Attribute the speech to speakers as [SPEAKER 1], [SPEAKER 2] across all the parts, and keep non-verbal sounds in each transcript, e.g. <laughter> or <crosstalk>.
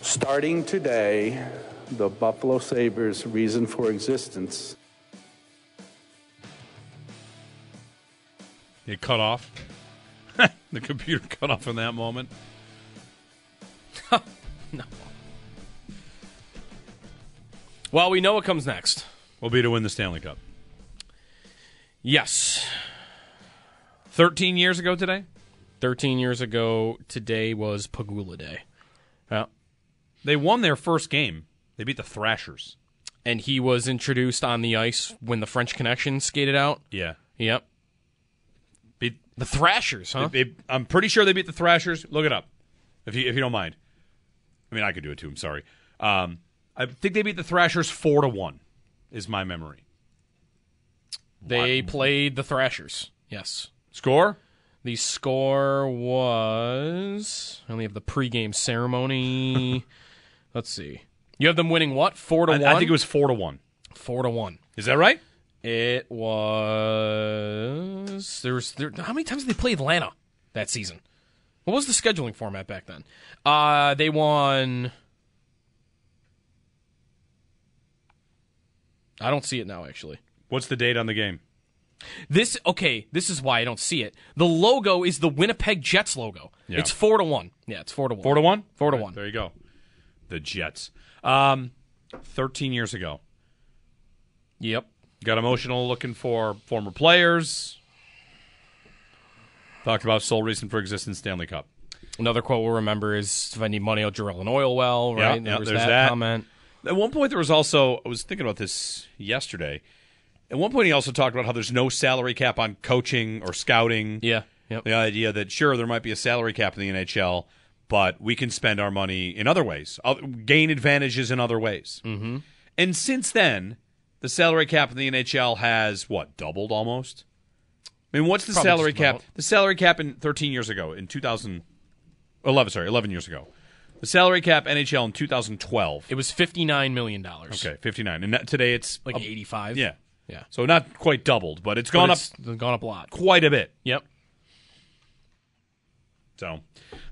[SPEAKER 1] Starting today, the Buffalo Sabres' reason for existence.
[SPEAKER 2] It cut off. <laughs> the computer cut off in that moment.
[SPEAKER 3] <laughs> no. Well, we know what comes next.
[SPEAKER 2] Will be to win the Stanley Cup.
[SPEAKER 3] Yes.
[SPEAKER 2] 13 years ago today,
[SPEAKER 3] 13 years ago today was Pagula Day. Yeah.
[SPEAKER 2] they won their first game. They beat the Thrashers.
[SPEAKER 3] And he was introduced on the ice when the French Connection skated out.
[SPEAKER 2] Yeah.
[SPEAKER 3] Yep.
[SPEAKER 2] Beat,
[SPEAKER 3] The Thrashers, huh?
[SPEAKER 2] they- they- I'm pretty sure they beat the Thrashers. Look it up if you, if you don't mind. I mean, I could do it too. I'm sorry. Um, I think they beat the Thrashers 4 to 1, is my memory.
[SPEAKER 3] They played the Thrashers. Yes.
[SPEAKER 2] Score?
[SPEAKER 3] The score was. I only have the
[SPEAKER 2] <laughs>
[SPEAKER 3] pregame ceremony. Let's see. You have them winning what? Four to
[SPEAKER 2] I,
[SPEAKER 3] one.
[SPEAKER 2] I think it was 4 to 1.
[SPEAKER 3] four to one.
[SPEAKER 2] Is that right?
[SPEAKER 3] It was there was there, how many times did they play Atlanta that season? What was the scheduling format back then? Uh, they won. I don't see it now. Actually,
[SPEAKER 2] What's the date on the game?
[SPEAKER 3] this okay. This is why I don't see it. The logo is the Winnipeg Jets logo.
[SPEAKER 2] Yeah.
[SPEAKER 3] It's four to one. Yeah, it's four to one.
[SPEAKER 2] 4 to 1?
[SPEAKER 3] Four to
[SPEAKER 2] Right,
[SPEAKER 3] one.
[SPEAKER 2] There you go. The Jets. Um, 13 years ago.
[SPEAKER 3] Yep.
[SPEAKER 2] Got emotional looking for former players. Talked about sole reason for existence, Stanley Cup.
[SPEAKER 3] Another quote we'll remember is "If I need money, I'll drill an oil well."
[SPEAKER 2] Yeah,
[SPEAKER 3] Right.
[SPEAKER 2] yeah,
[SPEAKER 3] there was
[SPEAKER 2] there's
[SPEAKER 3] that,
[SPEAKER 2] that.
[SPEAKER 3] comment.
[SPEAKER 2] At one point, there was also I was thinking about this yesterday. At one point, he also talked about how there's no salary cap on coaching or scouting.
[SPEAKER 3] Yeah. Yep.
[SPEAKER 2] The idea that sure there might be a salary cap in the NHL, but we can spend our money in other ways, uh, gain advantages in other ways. Mm-hmm. And since then, the salary cap in the NHL has what doubled almost. I mean, what's the
[SPEAKER 3] Probably
[SPEAKER 2] salary
[SPEAKER 3] just
[SPEAKER 2] cap?
[SPEAKER 3] about.
[SPEAKER 2] The salary cap in 13 years ago, in 2011, sorry, 11 years ago, the salary cap NHL in 2012.
[SPEAKER 3] It was fifty nine million dollars.
[SPEAKER 2] Okay, 59. And that, today it's
[SPEAKER 3] like
[SPEAKER 2] up-
[SPEAKER 3] 85.
[SPEAKER 2] Yeah.
[SPEAKER 3] Yeah.
[SPEAKER 2] So not quite doubled, but it's
[SPEAKER 3] But
[SPEAKER 2] gone
[SPEAKER 3] it's
[SPEAKER 2] up
[SPEAKER 3] gone up a lot.
[SPEAKER 2] quite a bit.
[SPEAKER 3] Yep.
[SPEAKER 2] So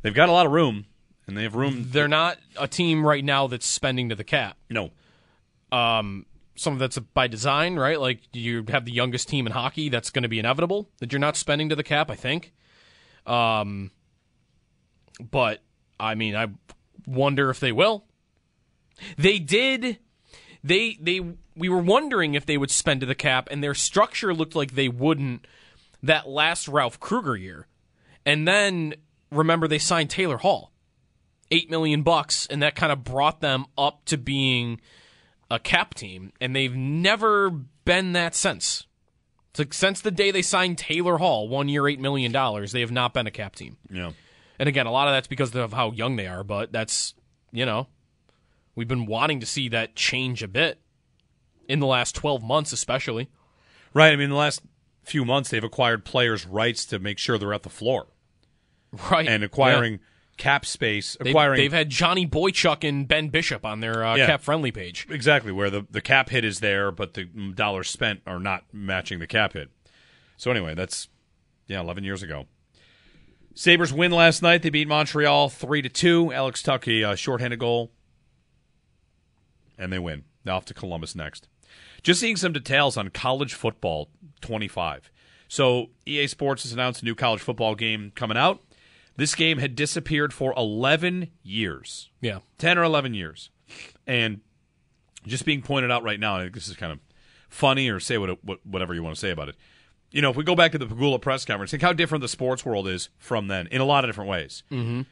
[SPEAKER 2] they've got a lot of room, and they have room.
[SPEAKER 3] They're not a team right now that's spending to the cap.
[SPEAKER 2] no.
[SPEAKER 3] Um, some of that's by design, right? Like you have the youngest team in hockey. That's going to be inevitable that you're not spending to the cap. I think. Um, but I mean, I wonder if they will. They did. They they we were wondering if they would spend to the cap, and their structure looked like they wouldn't. That last Ralph Kruger year, and then remember they signed Taylor Hall, eight million bucks, and that kind of brought them up to being a cap team, and they've never been that since. It's like since the day they signed Taylor Hall, one year, eight million dollars, they have not been a cap team.
[SPEAKER 2] No.
[SPEAKER 3] And again, a lot of that's because of how young they are, but that's, you know, we've been wanting to see that change a bit in the last 12 months, especially. <laughs>
[SPEAKER 2] Right. I mean, the last few months they've acquired players' rights to make sure they're at the floor
[SPEAKER 3] Right.
[SPEAKER 2] and acquiring cap space,
[SPEAKER 3] They've,
[SPEAKER 2] acquiring
[SPEAKER 3] they've had Johnny Boychuk and Ben Bishop on their uh,
[SPEAKER 2] Yeah.
[SPEAKER 3] cap friendly page.
[SPEAKER 2] exactly where the, the cap hit is there, but the dollars spent are not matching the cap hit. So anyway, that's yeah, eleven years ago. Sabers win last night. They beat Montreal three to two. Alex Tuck a uh, shorthanded goal, and they win. Now off to Columbus next. Just seeing some details on college football twenty five. So EA Sports has announced a new college football game coming out. This game had disappeared for eleven years.
[SPEAKER 3] Yeah.
[SPEAKER 2] 10 or 11 years. And just being pointed out right now, I think this is kind of funny or say what, what, whatever you want to say about it. You know, if we go back to the Pagula press conference, think how different the sports world is from then in a lot of different ways. Mm-hmm.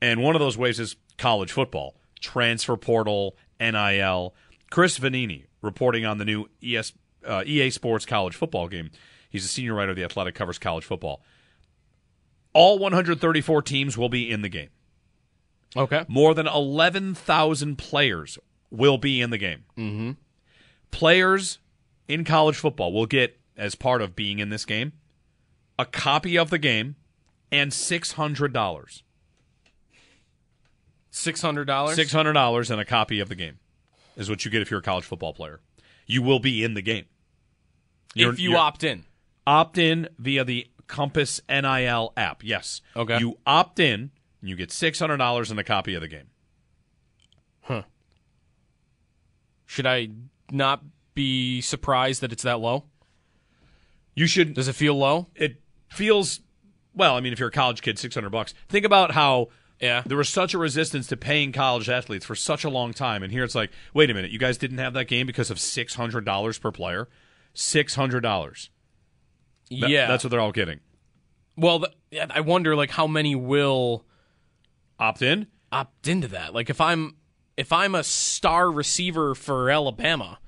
[SPEAKER 2] And one of those ways is college football, transfer portal, NIL. Chris Vanini reporting on the new E ES, uh, EA Sports college football game. He's a senior writer of The Athletic, covers college football All 134 teams will be in the game.
[SPEAKER 3] Okay.
[SPEAKER 2] More than 11,000 players will be in the game. Mm-hmm. Players in college football will get, as part of being in this game, a copy of the game and $600.
[SPEAKER 3] Six hundred dollars.
[SPEAKER 2] $600 and a copy of the game is what you get if you're a college football player. You will be in the game. You're-
[SPEAKER 3] If you
[SPEAKER 2] you're-
[SPEAKER 3] opt in.
[SPEAKER 2] opt in via the Compass NIL app. Yes.
[SPEAKER 3] Okay.
[SPEAKER 2] You opt in and you get $600 and a copy of the game.
[SPEAKER 3] Should I not be surprised that it's that low?
[SPEAKER 2] You should
[SPEAKER 3] Does it feel low?
[SPEAKER 2] it feels well, I mean if you're a college kid, 600 bucks. Think about how
[SPEAKER 3] Yeah.
[SPEAKER 2] there was such a resistance to paying college athletes for such a long time and here it's like, wait a minute, you guys didn't have that game because of $600 per player. $600. That-
[SPEAKER 3] yeah.
[SPEAKER 2] That's what they're all getting.
[SPEAKER 3] well, th- yeah, I wonder like how many will
[SPEAKER 2] Opt in?
[SPEAKER 3] opt into that. Like if I'm if I'm a star receiver for Alabama,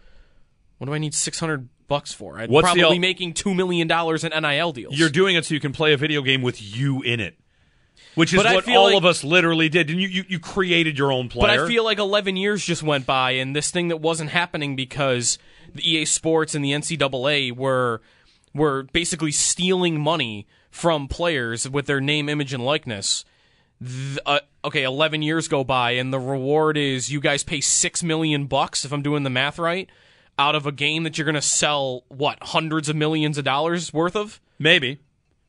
[SPEAKER 3] what do I need six hundred bucks for? I'm
[SPEAKER 2] What's the
[SPEAKER 3] probably
[SPEAKER 2] al-
[SPEAKER 3] making two million dollars in NIL deals.
[SPEAKER 2] You're doing it so you can play a video game with you in it, which is
[SPEAKER 3] But I
[SPEAKER 2] what
[SPEAKER 3] feel
[SPEAKER 2] all
[SPEAKER 3] like-
[SPEAKER 2] of us literally did. And you, you, you created your own
[SPEAKER 3] but
[SPEAKER 2] player.
[SPEAKER 3] I feel like 11 years just went by, and this thing that wasn't happening because the EA Sports and the NCAA were were basically stealing money from players with their name, image, and likeness. Th- uh, okay, 11 years go by, and the reward is you guys pay six million bucks if I'm doing the math right, out of a game that you're going to sell what hundreds of millions of dollars worth of.
[SPEAKER 2] maybe.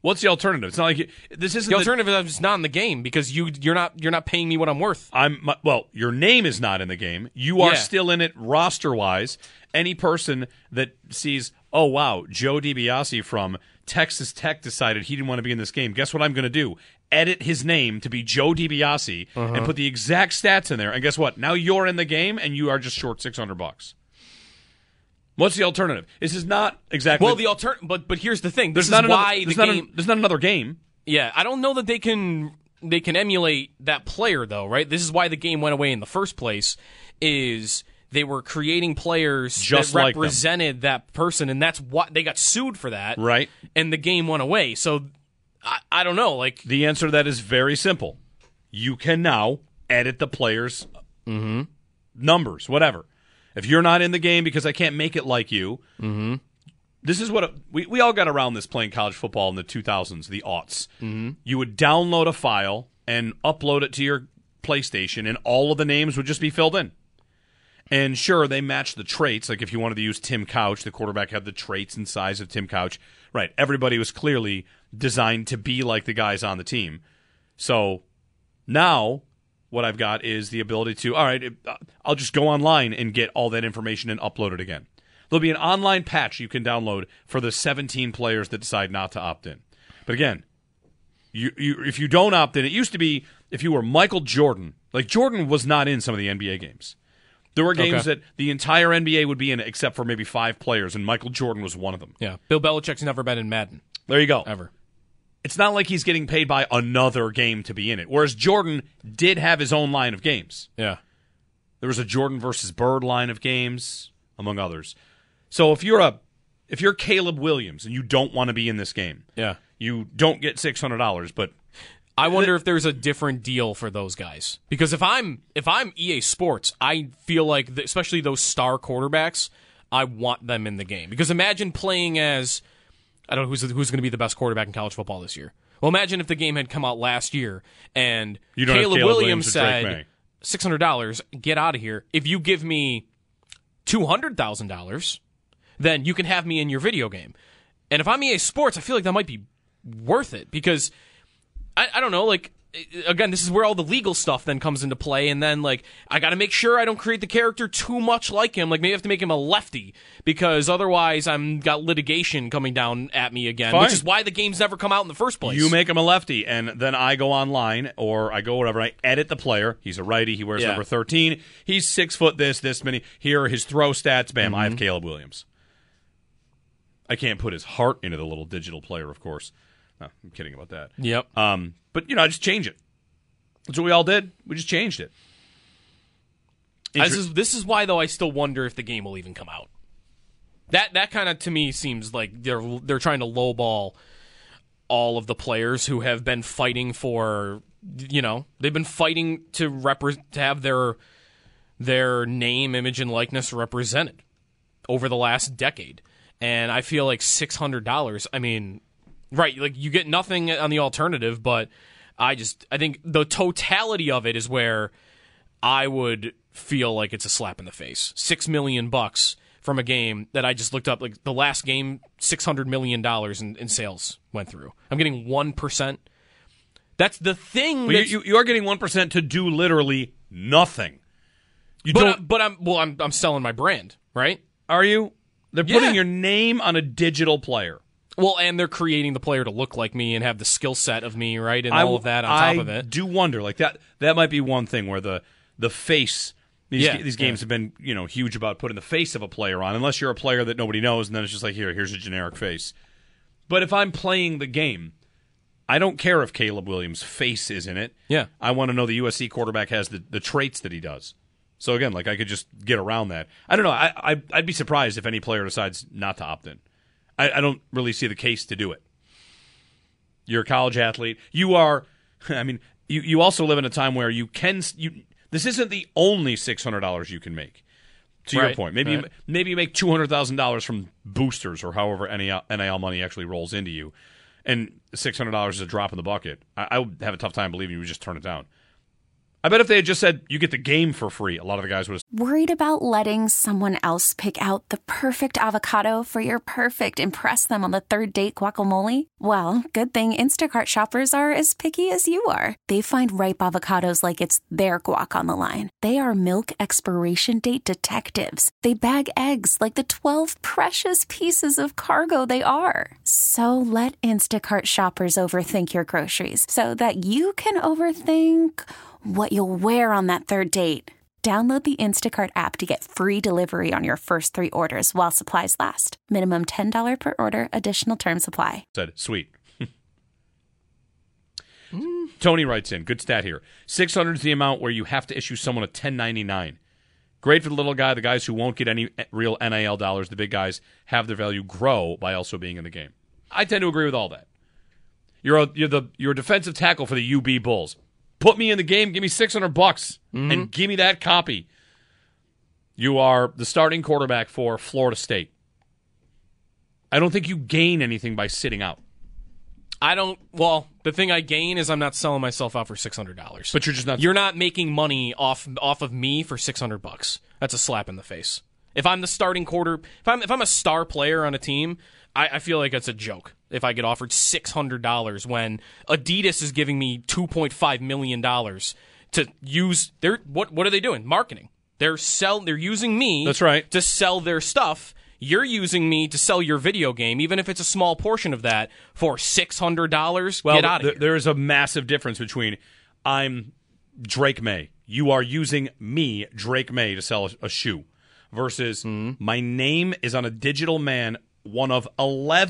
[SPEAKER 2] What's the alternative? It's not like you, this isn't
[SPEAKER 3] The alternative is I'm just not in the game because you you're not you're not paying me what I'm worth.
[SPEAKER 2] I'm my, well. Your name is not in the game. You are
[SPEAKER 3] Yeah.
[SPEAKER 2] still in it roster wise. Any person that sees, oh wow, Joe DiBiase from Texas Tech decided he didn't want to be in this game. Guess what I'm going to do? Edit his name to be Joe DiBiase
[SPEAKER 3] Uh-huh.
[SPEAKER 2] and put the exact stats in there. And guess what? Now you're in the game and you are just short six hundred bucks. What's the alternative? This is not exactly.
[SPEAKER 3] Well, the alter but but here's the thing.
[SPEAKER 2] there's
[SPEAKER 3] This is
[SPEAKER 2] not another,
[SPEAKER 3] why the
[SPEAKER 2] there's not an-
[SPEAKER 3] game.
[SPEAKER 2] there's not another game.
[SPEAKER 3] yeah, I don't know that they can they can emulate that player though, right? This is why the game went away in the first place. Is they were creating players
[SPEAKER 2] Just
[SPEAKER 3] that
[SPEAKER 2] like them.
[SPEAKER 3] represented that person, and that's what they got sued for that,
[SPEAKER 2] Right.
[SPEAKER 3] And the game went away. So I, I don't know, like
[SPEAKER 2] The answer to that is very simple. You can now edit the players' numbers, whatever. If you're not in the game because I can't make it like you, this is what a, we, we all got around this playing college football in the 2000s, the aughts. Mm-hmm. You would download a file and upload it to your PlayStation, and all of the names would just be filled in. And sure, they matched the traits. Like if you wanted to use Tim Couch, the quarterback had the traits and size of Tim Couch. Right. Everybody was clearly designed to be like the guys on the team. So now what I've got is the ability to, all right, it- uh, I'll just go online and get all that information and upload it again. There'll be an online patch you can download for the 17 players that decide not to opt in. But again, you, you if you don't opt in, it used to be if you were Michael Jordan, like Jordan was not in some of the NBA games. There were games
[SPEAKER 3] Okay.
[SPEAKER 2] that the entire NBA would be in except for maybe five players, and Michael Jordan was one of them.
[SPEAKER 3] yeah, Bill Belichick's never been in Madden
[SPEAKER 2] There you go.
[SPEAKER 3] ever.
[SPEAKER 2] It's not like he's getting paid by another game to be in it. Whereas Jordan did have his own line of games.
[SPEAKER 3] Yeah,
[SPEAKER 2] There was a Jordan versus Bird line of games, among others. So if you're a if you're Caleb Williams and you don't want to be in this game,
[SPEAKER 3] yeah.
[SPEAKER 2] you don't get six hundred dollars, but
[SPEAKER 3] I wonder if there's a different deal for those guys because if I'm if I'm EA Sports, I feel like th- especially those star quarterbacks, I want them in the game because imagine playing as I don't know who's who's going to be the best quarterback in college football this year. Well, imagine if the game had come out last year and
[SPEAKER 2] You don't have Caleb Williams
[SPEAKER 3] Williams,
[SPEAKER 2] or Drake May.
[SPEAKER 3] said six hundred dollars, get out of here. If you give me two hundred thousand dollars, then you can have me in your video game. And if I'm EA Sports, I feel like that might be worth it because I, I don't know, like again, this is where all the legal stuff then comes into play, and then like I got to make sure I don't create the character too much like him. Like maybe I have to make him a lefty because otherwise I'm got litigation coming down at me again,
[SPEAKER 2] Fine.
[SPEAKER 3] which is why the game's never come out in the first place.
[SPEAKER 2] you make him a lefty, and then I go online or I go whatever. I edit the player. He's a righty. He wears
[SPEAKER 3] Yeah.
[SPEAKER 2] number thirteen. He's six foot this this many. Here are his throw stats. Bam! I
[SPEAKER 3] Mm-hmm.
[SPEAKER 2] have Caleb Williams. I can't put his heart into the little digital player, of course. No, I'm kidding about that.
[SPEAKER 3] yep.
[SPEAKER 2] Um, but you know, I just change it. That's what we all did. We just changed it.
[SPEAKER 3] this is this is why though I still wonder if the game will even come out. That that kind of to me seems like they're they're trying to lowball all of the players who have been fighting for you know they've been fighting to repre- to have their their name, image, and likeness represented over the last decade. And I feel like six hundred dollars. I mean, right? Like you get nothing on the alternative, but I just I think the totality of it is where I would feel like it's a slap in the face. Six million bucks from a game that I just looked up. Like the last game, six hundred million dollars in, in sales went through. I'm getting one percent. That's the thing.
[SPEAKER 2] Well,
[SPEAKER 3] that's-
[SPEAKER 2] you, you, you are getting 1% to do literally nothing. You
[SPEAKER 3] but,
[SPEAKER 2] don't,
[SPEAKER 3] I'm, but I'm well. I'm I'm selling my brand, right?
[SPEAKER 2] are you? They're
[SPEAKER 3] Yeah.
[SPEAKER 2] putting your name on a digital player.
[SPEAKER 3] Well, and they're creating the player to look like me and have the skill set of me, right? And all of that on
[SPEAKER 2] I
[SPEAKER 3] top of it.
[SPEAKER 2] do wonder like that. That might be one thing where the the face. These,
[SPEAKER 3] Yeah,
[SPEAKER 2] ga- these games
[SPEAKER 3] yeah.
[SPEAKER 2] have been you know huge about putting the face of a player on, unless you're a player that nobody knows, and then it's just like here, here's a generic face. But if I'm playing the game, I don't care if Caleb Williams' face is in it.
[SPEAKER 3] Yeah.
[SPEAKER 2] I want to know the USC quarterback has the, the traits that he does. So again, like I could just get around that. I don't know. I, I I'd be surprised if any player decides not to opt in. I, I don't really see the case to do it. You're a college athlete. You are. <laughs> I mean, you you also live in a time where you can you. This isn't the only six hundred dollars you can make. To your
[SPEAKER 3] Right,
[SPEAKER 2] point, maybe you,
[SPEAKER 3] right.
[SPEAKER 2] maybe you make two hundred thousand dollars from boosters or however NIL, NIL money actually rolls into you, and six hundred dollars is a drop in the bucket. I, I would have a tough time believing you would just turn it down. I bet if they had just said you get the game for free, a lot of the guys would have
[SPEAKER 4] Worried about letting someone else pick out the perfect avocado for your perfect impress them on the third date guacamole? Well, good thing Instacart shoppers are as picky as you are. They find ripe avocados like it's their guac on the line. They are milk expiration date detectives. They bag eggs like the 12 precious pieces of cargo they are. So let Instacart shoppers overthink your groceries so that you can overthink what you'll wear on that third date. Download the Instacart app to get free delivery on your first three orders while supplies last. Minimum $10 per order, additional term supply.
[SPEAKER 2] said, sweet. Tony writes in, good stat here. 600 is the amount where you have to issue someone a 1099. Great for the little guy, the guys who won't get any real NIL dollars. The big guys have their value grow by also being in the game. I tend to agree with all that. You're a, you're the you're a defensive tackle for the UB Bulls. Put me in the game, give me 600 bucks and give me that copy. You are the starting quarterback for Florida State. I don't think you gain anything by sitting out.
[SPEAKER 3] I don't. Well, the thing I gain is I'm not selling myself out for six hundred dollars.
[SPEAKER 2] But you're just not.
[SPEAKER 3] you're not making money off off of me for six hundred bucks. That's a slap in the face. If I'm the starting quarter, if I'm if I'm a star player on a team, I, I feel like it's a joke if I get offered six hundred dollars when Adidas is giving me two point five million dollars to use their what what are they doing? Marketing. They're sell they're using me
[SPEAKER 2] That's right.
[SPEAKER 3] to sell their stuff. You're using me to sell your video game, even if it's a small portion of that, for six hundred dollars.
[SPEAKER 2] well,
[SPEAKER 3] get out of
[SPEAKER 2] th-
[SPEAKER 3] here.
[SPEAKER 2] there is a massive difference between I'm Drake May. You are using me, Drake May, to sell a, a shoe versus my name is on a digital man. One of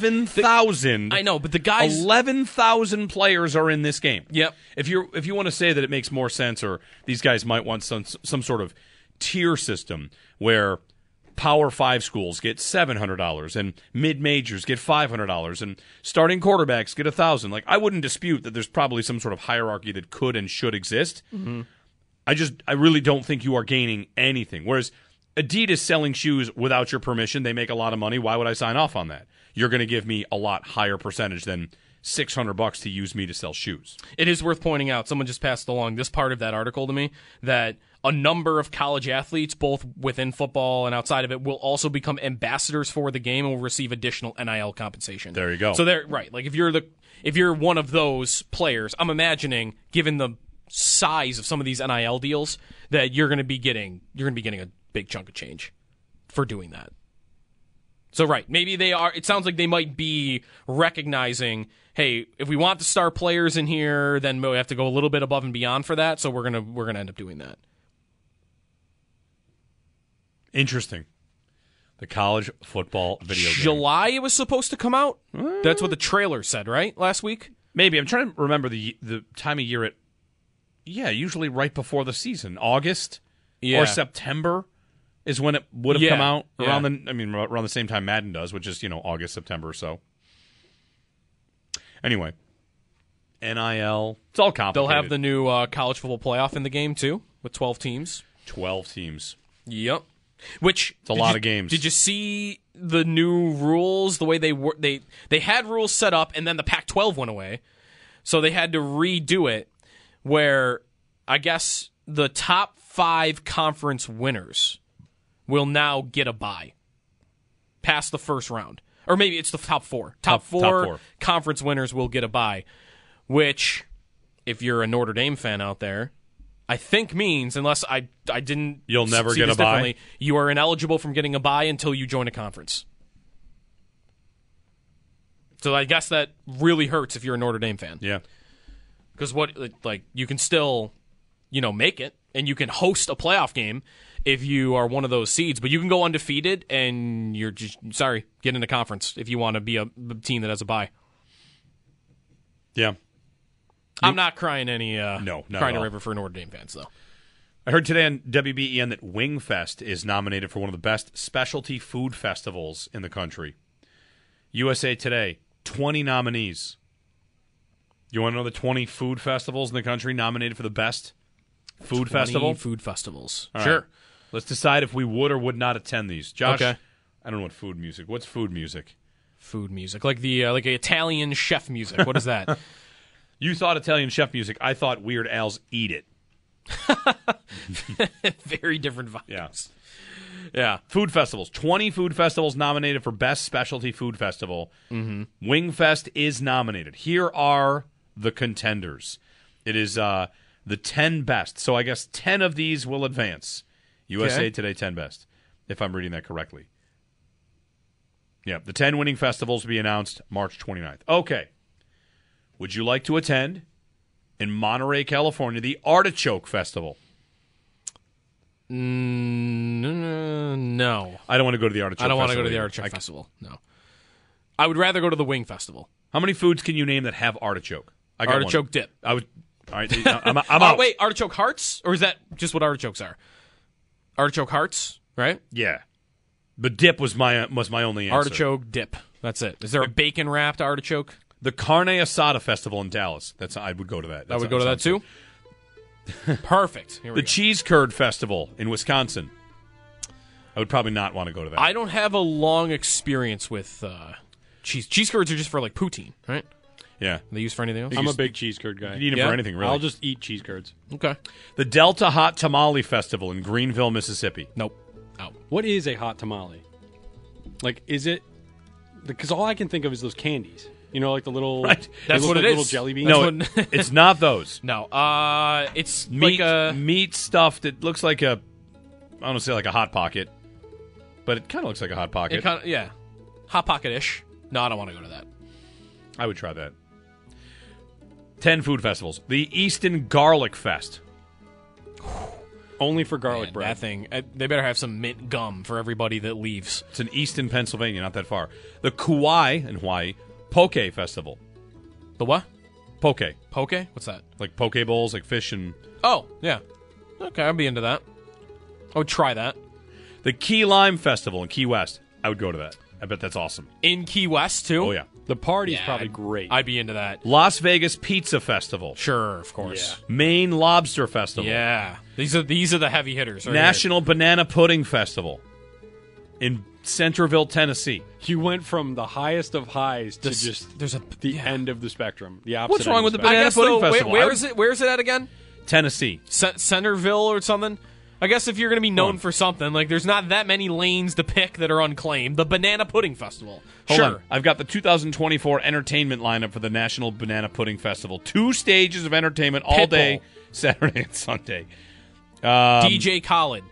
[SPEAKER 2] 11,000.
[SPEAKER 3] I know, but the guys-
[SPEAKER 2] 11,000 players are in this game.
[SPEAKER 3] Yep.
[SPEAKER 2] If you if you want to say that it makes more sense, or these guys might want some some sort of tier system where Power Five schools get seven hundred dollars, and mid majors get five hundred dollars, and starting quarterbacks get a thousand. Like I wouldn't dispute that there's probably some sort of hierarchy that could and should exist. I just I really don't think you are gaining anything. Whereas Adidas selling shoes without your permission, they make a lot of money. Why would I sign off on that? You're going to give me a lot higher percentage than six hundred bucks to use me to sell shoes.
[SPEAKER 3] It is worth pointing out, someone just passed along this part of that article to me that a number of college athletes, both within football and outside of it, will also become ambassadors for the game and will receive additional NIL compensation.
[SPEAKER 2] There you go.
[SPEAKER 3] So they're right. Like if you're the if you're one of those players, I'm imagining, given the size of some of these NIL deals, that you're gonna be getting you're gonna be getting a big chunk of change for doing that. So right, maybe they are. It sounds like they might be recognizing, hey, if we want the star players in here, then we have to go a little bit above and beyond for that. So we're gonna we're gonna end up doing that.
[SPEAKER 2] Interesting. The college football video game.
[SPEAKER 3] July it was supposed to come out. That's what the trailer said, right? Last week.
[SPEAKER 2] Maybe I'm trying to remember the the time of year it. Yeah, usually right before the season, August
[SPEAKER 3] Yeah.
[SPEAKER 2] or September is when it would have
[SPEAKER 3] Yeah,
[SPEAKER 2] come out
[SPEAKER 3] yeah.
[SPEAKER 2] around the. I mean, around the same time Madden does, which is you know August, September or so. Anyway, NIL. It's all
[SPEAKER 3] They'll
[SPEAKER 2] complicated.
[SPEAKER 3] have the new uh, college football playoff in the game too, with twelve teams.
[SPEAKER 2] twelve teams.
[SPEAKER 3] Yep. Which it's
[SPEAKER 2] a lot of games.
[SPEAKER 3] Did you see the new rules? The way they were they they had rules set up, and then the Pac-12 went away, so they had to redo it. Where I guess the top five conference winners will now get a bye past the first round, or maybe it's the top four.
[SPEAKER 2] Top-
[SPEAKER 3] Top,
[SPEAKER 2] top
[SPEAKER 3] four,
[SPEAKER 2] four.
[SPEAKER 3] conference winners will get a bye, which if you're a Notre Dame fan out there. I think means unless I I didn't
[SPEAKER 2] You'll never
[SPEAKER 3] see
[SPEAKER 2] get a
[SPEAKER 3] this
[SPEAKER 2] bye?
[SPEAKER 3] differently, You are ineligible from getting a buy until you join a conference. So I guess that really hurts if you're a Notre Dame fan
[SPEAKER 2] Yeah.
[SPEAKER 3] because what like- like you can still you know make it and you can host a playoff game if you are one of those seeds, but you can go undefeated and you're just sorry get in a conference if you want to be a b- team that has a bye.
[SPEAKER 2] Yeah.
[SPEAKER 3] I'm not crying any uh,
[SPEAKER 2] No, not
[SPEAKER 3] crying
[SPEAKER 2] at
[SPEAKER 3] a
[SPEAKER 2] all.
[SPEAKER 3] river for Notre Dame fans though.
[SPEAKER 2] I heard today on WBEN that Wingfest is nominated for one of the best specialty food festivals in the country. USA Today, 20 nominees. You want to know the 20 food festivals in the country nominated for the best food festival?
[SPEAKER 3] Any food festivals,
[SPEAKER 2] All right.
[SPEAKER 3] sure.
[SPEAKER 2] Let's decide if we would or would not attend these. Josh,
[SPEAKER 3] Okay.
[SPEAKER 2] I don't know what food music. What's food music?
[SPEAKER 3] Food music, like the uh, like Italian chef music. What is
[SPEAKER 2] <laughs>
[SPEAKER 3] that?
[SPEAKER 2] You thought Italian chef music. I thought Weird Al's Eat It.
[SPEAKER 3] Very different vibes.
[SPEAKER 2] Yeah.
[SPEAKER 3] yeah.
[SPEAKER 2] Food festivals. 20 food festivals nominated for Best Specialty Food Festival. Mm-hmm. Wingfest is nominated. Here are the contenders. It is uh, the 10 best. So I guess 10 of these will advance. USA
[SPEAKER 3] Okay.
[SPEAKER 2] Today 10 best, if I'm reading that correctly. Yeah, the 10 winning festivals will be announced March 29th. Okay. Would you like to attend in Monterey, California, the Artichoke Festival?
[SPEAKER 3] Mm, no,
[SPEAKER 2] I don't want to go to the Artichoke
[SPEAKER 3] I don't want to go
[SPEAKER 2] Festival
[SPEAKER 3] to the
[SPEAKER 2] either.
[SPEAKER 3] Artichoke
[SPEAKER 2] I-
[SPEAKER 3] Festival. No, I would rather go to the Wing Festival.
[SPEAKER 2] How many foods can you name that have artichoke? I got
[SPEAKER 3] Artichoke
[SPEAKER 2] one.
[SPEAKER 3] dip.
[SPEAKER 2] I would. All
[SPEAKER 3] <laughs>
[SPEAKER 2] right, I'm, I'm
[SPEAKER 3] Ar-
[SPEAKER 2] out.
[SPEAKER 3] wait, artichoke hearts, or is that just what artichokes are? Artichoke hearts, right?
[SPEAKER 2] Yeah, but dip was my was my only answer.
[SPEAKER 3] Artichoke dip. That's it. Is there a bacon wrapped artichoke?
[SPEAKER 2] The Carne Asada Festival in Dallas. That's I would go to that.
[SPEAKER 3] I
[SPEAKER 2] That's-
[SPEAKER 3] would go to that
[SPEAKER 2] sounds
[SPEAKER 3] too.
[SPEAKER 2] good. <laughs>
[SPEAKER 3] Perfect. Here we
[SPEAKER 2] The
[SPEAKER 3] go.
[SPEAKER 2] Cheese Curd Festival in Wisconsin. I would probably not want to go to that.
[SPEAKER 3] I don't have a long experience with uh, cheese. Cheese curds are just for like poutine, right?
[SPEAKER 2] yeah,
[SPEAKER 3] They use for anything else.
[SPEAKER 5] I'm a big cheese curd guy.
[SPEAKER 2] you need them
[SPEAKER 3] Yeah.
[SPEAKER 2] for anything really.
[SPEAKER 5] I'll just eat cheese curds.
[SPEAKER 3] okay.
[SPEAKER 2] the Delta Hot Tamale Festival in Greenville, Mississippi.
[SPEAKER 3] Nope. Out.
[SPEAKER 5] What is a hot tamale? Like, is it? Because all I can think of is those candies. You know, like the little.
[SPEAKER 2] Right.
[SPEAKER 5] they
[SPEAKER 3] That's
[SPEAKER 5] look
[SPEAKER 3] what it
[SPEAKER 5] like
[SPEAKER 3] is.
[SPEAKER 5] Little jelly beans.
[SPEAKER 2] no,
[SPEAKER 3] That's <laughs>
[SPEAKER 2] it- it's not those.
[SPEAKER 3] No. Uh, it's
[SPEAKER 2] Meat
[SPEAKER 3] like a
[SPEAKER 2] meat stuff that looks like a I don't say like a hot pocket, but it kind of looks like a hot pocket.
[SPEAKER 3] it kind of yeah, hot pocket ish. No, I don't want to go to that.
[SPEAKER 2] I would try that. Ten food festivals. The Easton Garlic Fest.
[SPEAKER 5] <sighs> only for garlic
[SPEAKER 3] Man,
[SPEAKER 5] bread.
[SPEAKER 3] That thing. Uh, they better have some mint gum for everybody that leaves.
[SPEAKER 2] It's in Easton, Pennsylvania, not that far. The Kauai in Hawaii Poke Festival.
[SPEAKER 3] The what?
[SPEAKER 2] Poke.
[SPEAKER 3] Poke? What's that?
[SPEAKER 2] Like poke bowls, like fish and
[SPEAKER 3] Oh, yeah. Okay, I'd be into that. I would try that.
[SPEAKER 2] the Key Lime Festival in Key West. I would go to that. I bet that's awesome.
[SPEAKER 3] In Key West, too?
[SPEAKER 2] Oh yeah.
[SPEAKER 5] The party's
[SPEAKER 3] Yeah,
[SPEAKER 5] probably
[SPEAKER 3] I'd-
[SPEAKER 5] great.
[SPEAKER 3] I'd be into that.
[SPEAKER 2] Las Vegas Pizza Festival.
[SPEAKER 3] Sure, of course.
[SPEAKER 2] Maine Lobster
[SPEAKER 3] Yeah.
[SPEAKER 2] Festival.
[SPEAKER 3] These are these are the heavy hitters. Right here.
[SPEAKER 2] National Banana Pudding Festival in Centerville, Tennessee.
[SPEAKER 5] you went from the highest of highs to
[SPEAKER 3] This-
[SPEAKER 5] just
[SPEAKER 3] there's a-
[SPEAKER 5] the
[SPEAKER 3] yeah.
[SPEAKER 5] end of the spectrum. The opposite.
[SPEAKER 2] What's wrong
[SPEAKER 5] end
[SPEAKER 2] with
[SPEAKER 5] of
[SPEAKER 2] the
[SPEAKER 3] I
[SPEAKER 5] spectrum.
[SPEAKER 2] Banana
[SPEAKER 3] guess
[SPEAKER 2] Pudding
[SPEAKER 3] though, where-
[SPEAKER 2] Festival. I
[SPEAKER 3] where
[SPEAKER 2] would-
[SPEAKER 3] is it? Where is it at again?
[SPEAKER 2] Tennessee.
[SPEAKER 3] Ce- Centerville or something? I guess if you're going to be known for something, like there's not that many lanes to pick that are unclaimed. The Banana Pudding Festival.
[SPEAKER 2] Hold
[SPEAKER 3] sure.
[SPEAKER 2] on. I've got the 2024 entertainment lineup for the National Banana Pudding Festival. Two stages of entertainment all
[SPEAKER 3] Pitbull.
[SPEAKER 2] day, <laughs> Saturday and Sunday.
[SPEAKER 3] DJ Khaled.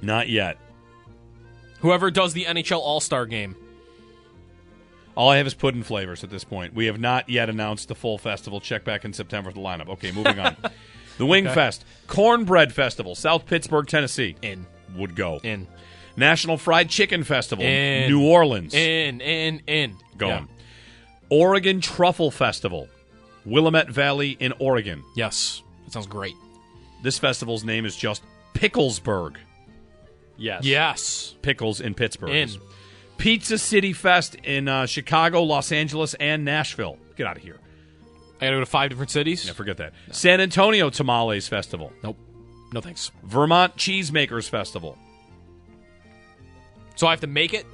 [SPEAKER 2] Not yet.
[SPEAKER 3] Whoever does the NHL All Star game.
[SPEAKER 2] All I have is pudding flavors at this point. We have not yet announced the full festival. Check back in September for the lineup. Okay, moving
[SPEAKER 3] <laughs>
[SPEAKER 2] on. the Wing Fest, Cornbread Festival, South Pittsburgh, Tennessee.
[SPEAKER 3] In.
[SPEAKER 2] Would go.
[SPEAKER 3] In.
[SPEAKER 2] National Fried Chicken Festival,
[SPEAKER 3] In.
[SPEAKER 2] New Orleans.
[SPEAKER 3] In, in, in. Yeah.
[SPEAKER 2] Going. Oregon Truffle Festival, Willamette Valley in Oregon.
[SPEAKER 3] Yes. That sounds great.
[SPEAKER 2] This festival's name is just Picklesburg.
[SPEAKER 5] Yes.
[SPEAKER 3] Yes.
[SPEAKER 2] Pickles in Pittsburgh.
[SPEAKER 3] In.
[SPEAKER 2] Pizza City Fest in uh, Chicago, Los Angeles, and Nashville. Get out of here.
[SPEAKER 3] I gotta go to five different cities.
[SPEAKER 2] Yeah, forget that. San Antonio Tamales Festival.
[SPEAKER 3] nope. No thanks.
[SPEAKER 2] Vermont Cheesemakers Festival.
[SPEAKER 3] So I have to make it.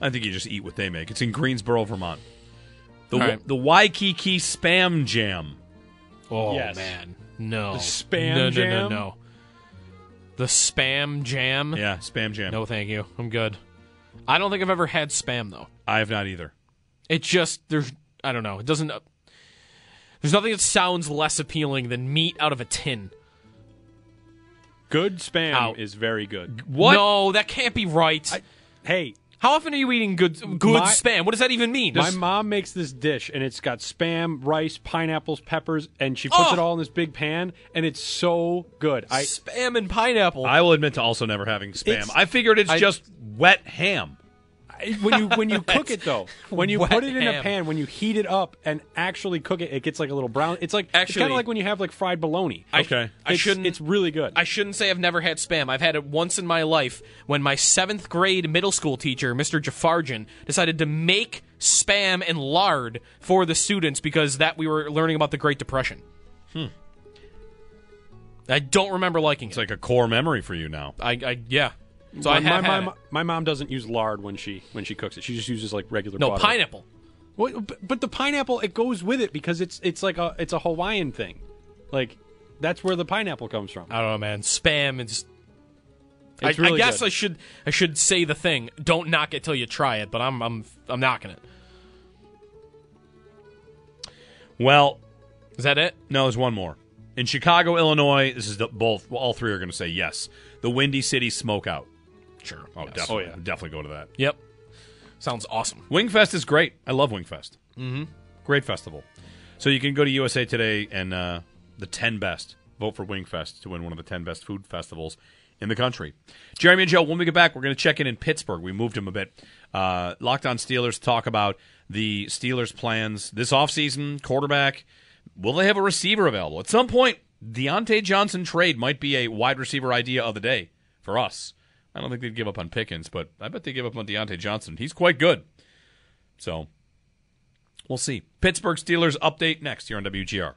[SPEAKER 2] I think you just eat what they make. It's in Greensboro, Vermont. The,
[SPEAKER 3] All right.
[SPEAKER 2] the Waikiki Spam Jam.
[SPEAKER 3] Oh
[SPEAKER 5] Yes.
[SPEAKER 3] man, no.
[SPEAKER 5] The spam
[SPEAKER 3] no, no, No, no,
[SPEAKER 5] jam?
[SPEAKER 3] no. The spam jam.
[SPEAKER 2] Yeah, Spam Jam.
[SPEAKER 3] Mm. No, thank you. I'm good. I don't think I've ever had spam though.
[SPEAKER 2] I have not either.
[SPEAKER 3] It just there's I don't know. It doesn't. uh, there's nothing that sounds less appealing than meat out of a tin.
[SPEAKER 5] Good spam
[SPEAKER 3] Out.
[SPEAKER 5] is very good.
[SPEAKER 2] What?
[SPEAKER 3] No, that can't be right.
[SPEAKER 5] Hey,
[SPEAKER 3] How often are you eating good good
[SPEAKER 5] My-
[SPEAKER 3] spam? What does that even mean?
[SPEAKER 5] my
[SPEAKER 3] Does-
[SPEAKER 5] mom makes this dish, and it's got spam, rice, pineapples, peppers, and she puts
[SPEAKER 3] Oh!
[SPEAKER 5] it all in this big pan, and it's so good. I
[SPEAKER 3] spam and pineapple.
[SPEAKER 2] I will admit to also never having spam.
[SPEAKER 5] It's-
[SPEAKER 2] I figured it's
[SPEAKER 3] I-
[SPEAKER 2] just wet ham.
[SPEAKER 5] It- when you
[SPEAKER 2] <laughs>
[SPEAKER 5] when you cook it though, when you
[SPEAKER 3] Wet
[SPEAKER 5] put it in
[SPEAKER 3] ham.
[SPEAKER 5] a pan, when you heat it up and actually cook it, it gets like a little brown. It's like it's kind
[SPEAKER 3] Actually-
[SPEAKER 5] of like when you have like fried bologna.
[SPEAKER 3] I-
[SPEAKER 2] Okay.
[SPEAKER 3] I
[SPEAKER 5] It's-
[SPEAKER 3] shouldn't.
[SPEAKER 5] It's really good.
[SPEAKER 3] I shouldn't say I've never had spam. I've had it once in my life when my seventh grade middle school teacher, Mr. Jafarjan, decided to make spam and lard for the students because that we were learning about the Great Depression. Hmm. I don't remember liking
[SPEAKER 2] It's
[SPEAKER 3] it.
[SPEAKER 2] like a core memory for you now.
[SPEAKER 3] I, I yeah. So I
[SPEAKER 5] my,
[SPEAKER 3] have
[SPEAKER 5] my,
[SPEAKER 3] had
[SPEAKER 5] my,
[SPEAKER 3] it.
[SPEAKER 5] my mom doesn't use lard when she when she cooks it. She just uses like regular
[SPEAKER 3] no
[SPEAKER 5] butter.
[SPEAKER 3] pineapple.
[SPEAKER 5] What, but, but the pineapple it goes with it because it's it's like a it's a Hawaiian thing. Like that's where the pineapple comes from.
[SPEAKER 3] I don't know, man. Spam is. I,
[SPEAKER 5] It's really
[SPEAKER 3] I guess
[SPEAKER 5] good.
[SPEAKER 3] I should I should say the thing. Don't knock it till you try it, but I'm I'm I'm knocking it.
[SPEAKER 2] Well,
[SPEAKER 3] Is that it?
[SPEAKER 2] no, there's one more. In Chicago, Illinois, this is the, both. Well, all three are going to say yes. The Windy City Smokeout.
[SPEAKER 3] Sure.
[SPEAKER 2] Oh,
[SPEAKER 3] Yes.
[SPEAKER 2] definitely.
[SPEAKER 5] Oh, yeah.
[SPEAKER 2] Definitely go to that.
[SPEAKER 3] Yep. Sounds awesome.
[SPEAKER 2] Wingfest is great. I love Wingfest. Mm-hmm. Great festival. So you can go to USA Today and uh, the 10 best. Vote for Wingfest to win one of the 10 best food festivals in the country. Jeremy and Joe, when we get back, we're going to check in in Pittsburgh. We moved him a bit. Uh, Locked on Steelers talk about the Steelers' plans this offseason, quarterback. Will they have a receiver available? At some point, Deontay Johnson trade might be a wide receiver idea of the day for us. I don't think they'd give up on Pickens, but I bet they give up on Deontay Johnson. He's quite good. So we'll see. Pittsburgh Steelers update next here on WGR.